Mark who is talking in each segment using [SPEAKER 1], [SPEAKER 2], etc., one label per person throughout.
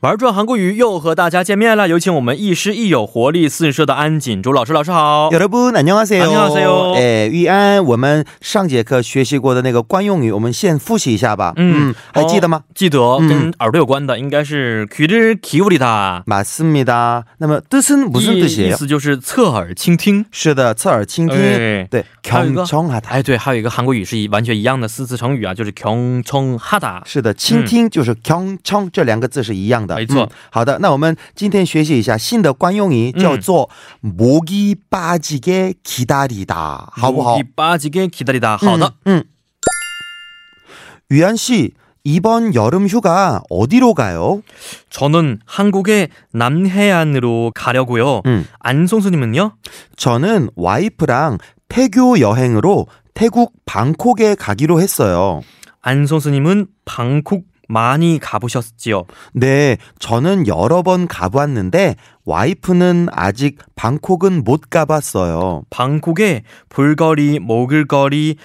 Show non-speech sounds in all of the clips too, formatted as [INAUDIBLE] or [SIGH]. [SPEAKER 1] 玩转韩国语又和大家见面了，有请我们亦师亦友、活力四射的安锦珠老师。老师好。
[SPEAKER 2] 여러분 안녕하세요.
[SPEAKER 1] 어. 안녕하세요.
[SPEAKER 2] 예, 위안, 我们上节课学习过的那个惯用语，我们先复习一下吧. 음，
[SPEAKER 1] 嗯，
[SPEAKER 2] 还记得吗
[SPEAKER 1] 哦？记得，
[SPEAKER 2] 嗯
[SPEAKER 1] 跟耳朵有关的应该是귀를기울이다，
[SPEAKER 2] 맞습니다. 那么 뜻은 무슨
[SPEAKER 1] 意
[SPEAKER 2] 뜻이에요?
[SPEAKER 1] 思就是侧耳倾听。
[SPEAKER 2] 是的,侧耳倾听.
[SPEAKER 1] 네.
[SPEAKER 2] 네,
[SPEAKER 1] 还有一个-
[SPEAKER 2] 경청하다.
[SPEAKER 1] 哎，对，还有一个韩国语是一完全一样的四字成语啊，就是경청하다。
[SPEAKER 2] 是的,倾听就是 경청 这两个字是一样
[SPEAKER 1] 음。
[SPEAKER 2] 的。
[SPEAKER 1] 没错。
[SPEAKER 2] 好的，那我们今天学习一下新的惯用语，叫做 목이 빠지게 기다리다. 好不好？嗯
[SPEAKER 1] 第八集给기다리다。好的，
[SPEAKER 2] 음, 음. 위안 씨, 이번 여름 휴가 어디로 가요?
[SPEAKER 1] 저는 한국의 남해안으로 가려고요.
[SPEAKER 2] 음.
[SPEAKER 1] 안송수님은요?
[SPEAKER 2] 저는 와이프랑 태교 여행으로 태국 방콕에 가기로 했어요.
[SPEAKER 1] 안송수님은 방콕 많이 가보셨지요?
[SPEAKER 2] 네, 저는 여러 번 가봤는데 와이프는 아직 방콕은 못 가봤어요.
[SPEAKER 1] 방콕에 볼거리, 먹을거리,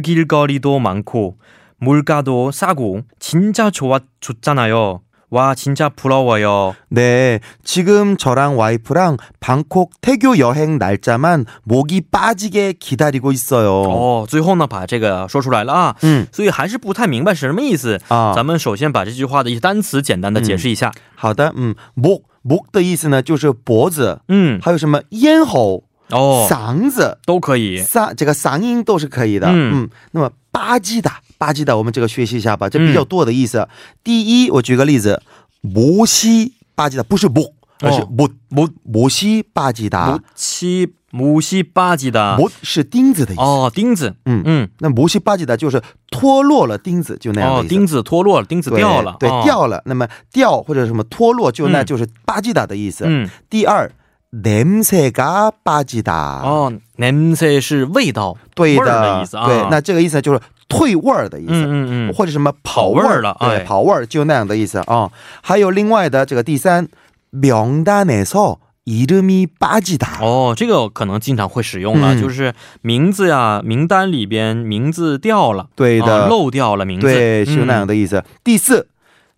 [SPEAKER 1] 즐길거리도 많고 물가도 싸고 진짜 좋았 좋잖아요. 와 진짜 부러워요.
[SPEAKER 2] 네, 지금 저랑 와이프랑 방콕 태교 여행 날짜만 목이 빠지게 기다리고 있어요.
[SPEAKER 1] 哦，最后呢把这个说出来了啊，
[SPEAKER 2] 음,
[SPEAKER 1] 所以还是不太明白是什么意思。
[SPEAKER 2] 아.
[SPEAKER 1] 咱们首先把这句话的一些单词简单的解释一下。
[SPEAKER 2] 好的，嗯， 음, 목목的意思呢，就是脖子，
[SPEAKER 1] 嗯，
[SPEAKER 2] 还有什么咽喉、
[SPEAKER 1] 哦，
[SPEAKER 2] 嗓子、
[SPEAKER 1] 都可以。
[SPEAKER 2] 嗓这个嗓音都是可以的。
[SPEAKER 1] 嗯
[SPEAKER 2] 嗯，那么吧唧的吧唧的，我们这个学习一下吧，这
[SPEAKER 1] 嗯
[SPEAKER 2] 比较多的意思。第一，我举个例子，摩西吧唧的不是木，而是
[SPEAKER 1] 哦
[SPEAKER 2] 木木摩西吧唧
[SPEAKER 1] 母
[SPEAKER 2] 的，
[SPEAKER 1] 七母西八级的
[SPEAKER 2] 木是钉子的意思。
[SPEAKER 1] 啊哦，钉子，
[SPEAKER 2] 嗯
[SPEAKER 1] 嗯，
[SPEAKER 2] 那摩西吧唧的就是脱落了钉子，就那样
[SPEAKER 1] 哦
[SPEAKER 2] 的，意思。
[SPEAKER 1] 钉子脱落了，钉子
[SPEAKER 2] 对
[SPEAKER 1] 掉了，
[SPEAKER 2] 对，
[SPEAKER 1] 哦，
[SPEAKER 2] 掉了。那么掉或者什么脱落，就那
[SPEAKER 1] 嗯
[SPEAKER 2] 就是吧唧的的意思。
[SPEAKER 1] 嗯，
[SPEAKER 2] 第二，냄새가 빠지다。，
[SPEAKER 1] 哦，냄새是味道，
[SPEAKER 2] 对
[SPEAKER 1] 味儿的
[SPEAKER 2] 的，
[SPEAKER 1] 意思啊，
[SPEAKER 2] 对，那这个意思就是退味儿的意思。
[SPEAKER 1] 嗯嗯嗯，
[SPEAKER 2] 或者什么跑味
[SPEAKER 1] 跑味儿
[SPEAKER 2] 儿
[SPEAKER 1] 了哎
[SPEAKER 2] 对，跑味儿就那样的意思啊、还有另外的这个第三，명단에서이름이빠지다。
[SPEAKER 1] 哦，这个可能经常会使用了，
[SPEAKER 2] 嗯
[SPEAKER 1] 就是名字呀，名单里边名字掉了，
[SPEAKER 2] 对
[SPEAKER 1] 啊
[SPEAKER 2] 的，
[SPEAKER 1] 漏掉了名字，
[SPEAKER 2] 对，
[SPEAKER 1] 嗯
[SPEAKER 2] 是那样的意思。第四，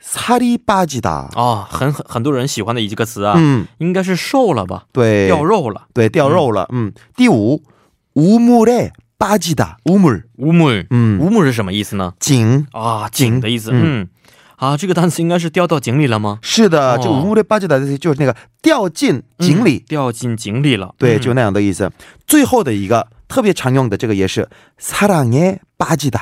[SPEAKER 2] 살이빠지다。
[SPEAKER 1] 哦，很很很多人喜欢的一个词啊，
[SPEAKER 2] 嗯，
[SPEAKER 1] 应该是瘦了吧，
[SPEAKER 2] 对，
[SPEAKER 1] 掉，肉了，
[SPEAKER 2] 对，掉肉了。嗯，第五，우물에빠지다。우물，
[SPEAKER 1] 乌木，
[SPEAKER 2] 嗯，
[SPEAKER 1] 乌木是什么意思呢？
[SPEAKER 2] 井。
[SPEAKER 1] 啊，井的意思，
[SPEAKER 2] 嗯
[SPEAKER 1] 嗯，啊，这个单词应该是掉到井里了吗？
[SPEAKER 2] 是的，这个
[SPEAKER 1] 哦
[SPEAKER 2] 우물에빠지다就是那个掉进井里
[SPEAKER 1] 嗯。掉进井里了，
[SPEAKER 2] 对，
[SPEAKER 1] 嗯
[SPEAKER 2] 就那样的意思。最后的一个特别常用的这个也是사랑에巴지다，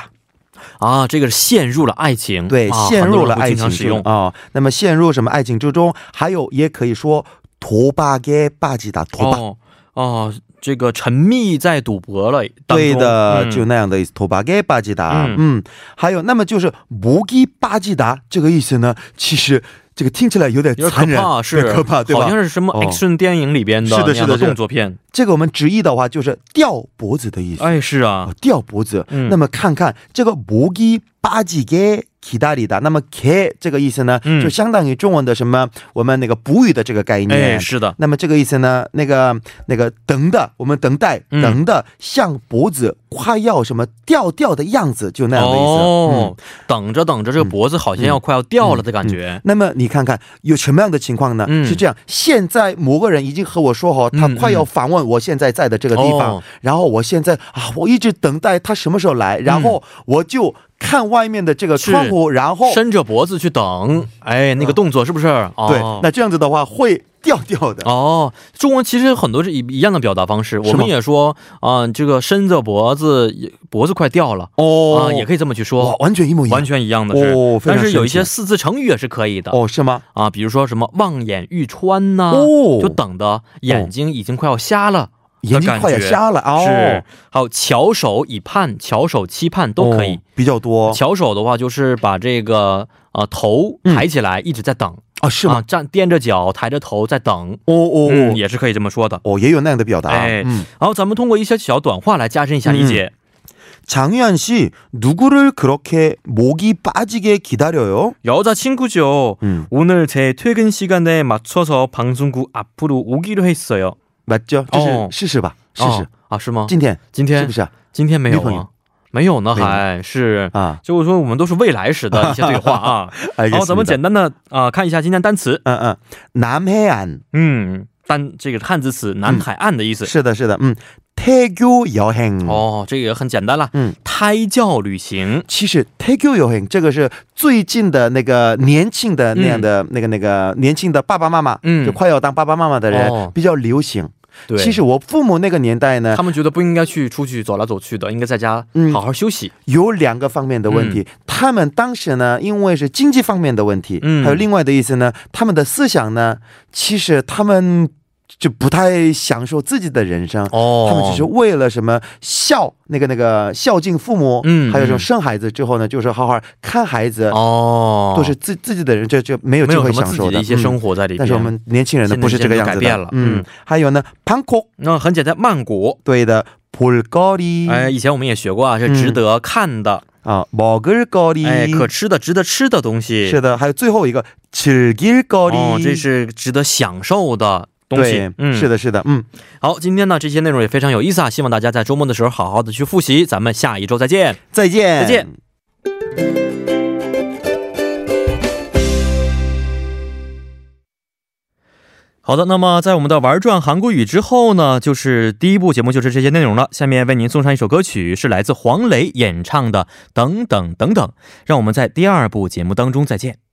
[SPEAKER 1] 啊，这个是陷入了爱情，
[SPEAKER 2] 对，
[SPEAKER 1] 啊
[SPEAKER 2] 陷入了
[SPEAKER 1] 很多人会
[SPEAKER 2] 爱
[SPEAKER 1] 经
[SPEAKER 2] 情
[SPEAKER 1] 常使用
[SPEAKER 2] 啊、那么陷入什么爱情之中，还有也可以说도박에빠지다，도박、
[SPEAKER 1] 哦哦，这个沉迷在赌博了，当中
[SPEAKER 2] 对的、
[SPEAKER 1] 嗯
[SPEAKER 2] 就那样的意思，도박에巴지다。
[SPEAKER 1] 嗯
[SPEAKER 2] 嗯，还有，那么就是목이巴지다这个意思呢，其实这个听起来有点
[SPEAKER 1] 有点
[SPEAKER 2] 残
[SPEAKER 1] 可
[SPEAKER 2] 忍，
[SPEAKER 1] 怕，
[SPEAKER 2] 有
[SPEAKER 1] 是
[SPEAKER 2] 点可怕，对
[SPEAKER 1] 好
[SPEAKER 2] 吧
[SPEAKER 1] 像？是什么
[SPEAKER 2] 哦
[SPEAKER 1] action 电影里边的
[SPEAKER 2] 是
[SPEAKER 1] 那
[SPEAKER 2] 的
[SPEAKER 1] 样
[SPEAKER 2] 是的是的
[SPEAKER 1] 动作片，
[SPEAKER 2] 这个我们直译的话就是吊脖子的意思。
[SPEAKER 1] 哎，是啊
[SPEAKER 2] 哦，，吊脖子。
[SPEAKER 1] 嗯
[SPEAKER 2] 那么看看这个목이八지게기다리다，那么 k 这个意思呢，
[SPEAKER 1] 嗯
[SPEAKER 2] 就相当于中文的什么我们那个补语的这个概念。
[SPEAKER 1] 哎，是的，
[SPEAKER 2] 那么这个意思呢，那个那个等的，我们等待
[SPEAKER 1] 嗯
[SPEAKER 2] 等的，像脖子快要什么掉掉的样子，就那样的意思。嗯嗯
[SPEAKER 1] 哦，等着等着，这个脖子好像要快要掉了的感觉，
[SPEAKER 2] 那么你看看有什么样的情况呢？
[SPEAKER 1] 嗯
[SPEAKER 2] 是这样，现在某个人已经和我说好，他
[SPEAKER 1] 嗯
[SPEAKER 2] 快要访问我现在在的这个地方，
[SPEAKER 1] 哦
[SPEAKER 2] 然后我现在啊，我一直等待他什么时候来，然后我就看外面的这个窗户，然后
[SPEAKER 1] 哦伸着脖子去等，哎，那个动作是不是？
[SPEAKER 2] 嗯对
[SPEAKER 1] 哦，，
[SPEAKER 2] 那这样子的话会掉掉的。
[SPEAKER 1] 哦，中文其实很多是一一样的表达方式，
[SPEAKER 2] 吗
[SPEAKER 1] 我们也说啊、这个伸着脖子，也脖子快掉了啊、
[SPEAKER 2] 哦
[SPEAKER 1] 也可以这么去
[SPEAKER 2] 哇
[SPEAKER 1] 说，，
[SPEAKER 2] 完全一模一样
[SPEAKER 1] 完。全一样的是。
[SPEAKER 2] 哦非常
[SPEAKER 1] 但是有一
[SPEAKER 2] 神奇
[SPEAKER 1] 些四字成语也是可以的、
[SPEAKER 2] 哦，是吗？
[SPEAKER 1] 啊，比如说什么望眼欲穿呐、
[SPEAKER 2] 哦
[SPEAKER 1] 就等的眼睛已经快要瞎了。
[SPEAKER 2] 眼睛快要瞎了哦，
[SPEAKER 1] 是，还有翘首以盼、翘首期盼都可以
[SPEAKER 2] 哦。比较多
[SPEAKER 1] 翘首的话，就是把这个呃头抬起来，一直在等，
[SPEAKER 2] 啊，是吗
[SPEAKER 1] 啊？站踮着脚，抬着头在等，
[SPEAKER 2] 哦哦
[SPEAKER 1] 嗯，
[SPEAKER 2] 哦
[SPEAKER 1] 也是可以
[SPEAKER 2] 어,
[SPEAKER 1] 这么说的。 네.
[SPEAKER 2] 哦，也有那样的表达。
[SPEAKER 1] 哎
[SPEAKER 2] 嗯，
[SPEAKER 1] 然后咱们通过一些小短话来加深一下理解。
[SPEAKER 2] 장유한 씨 누구를 그렇게 목이 빠지게 기다려요?
[SPEAKER 1] 여자친구죠.
[SPEAKER 2] 음.
[SPEAKER 1] 오늘 제 퇴근 시간에 맞춰서 방송국 앞으로 오기로 했어요.
[SPEAKER 2] 맞죠?
[SPEAKER 1] 어.
[SPEAKER 2] 试试吧.
[SPEAKER 1] 哦啊，是吗？
[SPEAKER 2] 今天
[SPEAKER 1] 今天
[SPEAKER 2] 是不是啊？
[SPEAKER 1] 今天没有
[SPEAKER 2] 女朋友
[SPEAKER 1] 啊？没有呢，
[SPEAKER 2] 没有
[SPEAKER 1] 还是
[SPEAKER 2] 아,
[SPEAKER 1] 就是说我们都是未来时
[SPEAKER 2] [LAUGHS]
[SPEAKER 1] 的一些对话啊。
[SPEAKER 2] 알겠습니다.
[SPEAKER 1] 好，咱们简单的啊、看一下今天单词。
[SPEAKER 2] 아, 아. 남해안.
[SPEAKER 1] 嗯，单这个汉字词南海岸的意思。
[SPEAKER 2] 是的,是的. 음. 태교 여행.
[SPEAKER 1] 哦，这个也很简单了。
[SPEAKER 2] 嗯
[SPEAKER 1] 胎教旅行。
[SPEAKER 2] 其实 “take you 这个是最近的那个年轻的
[SPEAKER 1] 음.
[SPEAKER 2] 那样的、那个那个年轻的爸爸妈妈，
[SPEAKER 1] 嗯
[SPEAKER 2] 就快要当爸爸妈妈的人、
[SPEAKER 1] 哦
[SPEAKER 2] 比较流行。
[SPEAKER 1] 对，
[SPEAKER 2] 其实我父母那个年代呢
[SPEAKER 1] 他，们觉得不应该去出去走来走去的，应该在家
[SPEAKER 2] 嗯
[SPEAKER 1] 好好休息。
[SPEAKER 2] 有两个方面的问题、他们当时呢，因为是经济方面的问题，
[SPEAKER 1] 嗯
[SPEAKER 2] 还有另外的意思呢，他们的思想呢，其实他们就不太享受自己的人生。
[SPEAKER 1] 哦
[SPEAKER 2] 他们只是为了什么孝那个那个孝敬父母，
[SPEAKER 1] 嗯
[SPEAKER 2] 还有什
[SPEAKER 1] 嗯
[SPEAKER 2] 么生孩子之后呢，就是好好看孩子，
[SPEAKER 1] 哦，
[SPEAKER 2] 都是自自己的人，这就没有
[SPEAKER 1] 没
[SPEAKER 2] 机
[SPEAKER 1] 有
[SPEAKER 2] 会
[SPEAKER 1] 什么
[SPEAKER 2] 享
[SPEAKER 1] 自
[SPEAKER 2] 受
[SPEAKER 1] 己的一些
[SPEAKER 2] 嗯
[SPEAKER 1] 生活在里边。
[SPEAKER 2] 但是我们年轻人呢，
[SPEAKER 1] 现在
[SPEAKER 2] 不是这个样子
[SPEAKER 1] 改
[SPEAKER 2] 的。
[SPEAKER 1] 变了
[SPEAKER 2] 嗯
[SPEAKER 1] 嗯，
[SPEAKER 2] 还有呢，韩国
[SPEAKER 1] 那嗯很简单，曼谷。
[SPEAKER 2] 对的，볼거리
[SPEAKER 1] 哎，以前我们也学过啊，是值得看的，
[SPEAKER 2] 啊，먹을거리
[SPEAKER 1] 哎，可吃的、值得吃的东西。
[SPEAKER 2] 是的，还有最后一个즐길거리
[SPEAKER 1] 哦，这是值得享受的东西
[SPEAKER 2] 对。，是。的，是的，嗯，
[SPEAKER 1] 好，今天呢这些内容也非常有意思啊，希望大家在周末的时候好好的去复习。咱们下一周再见。
[SPEAKER 2] 再
[SPEAKER 1] 再
[SPEAKER 2] 见，
[SPEAKER 1] 见。好的，那么在我们的玩转韩国语之后呢，就是第一部节目就是这些内容了。下面为您送上一首歌曲，是来自黄磊演唱的《等等等等》。让我们在第二部节目当中再见。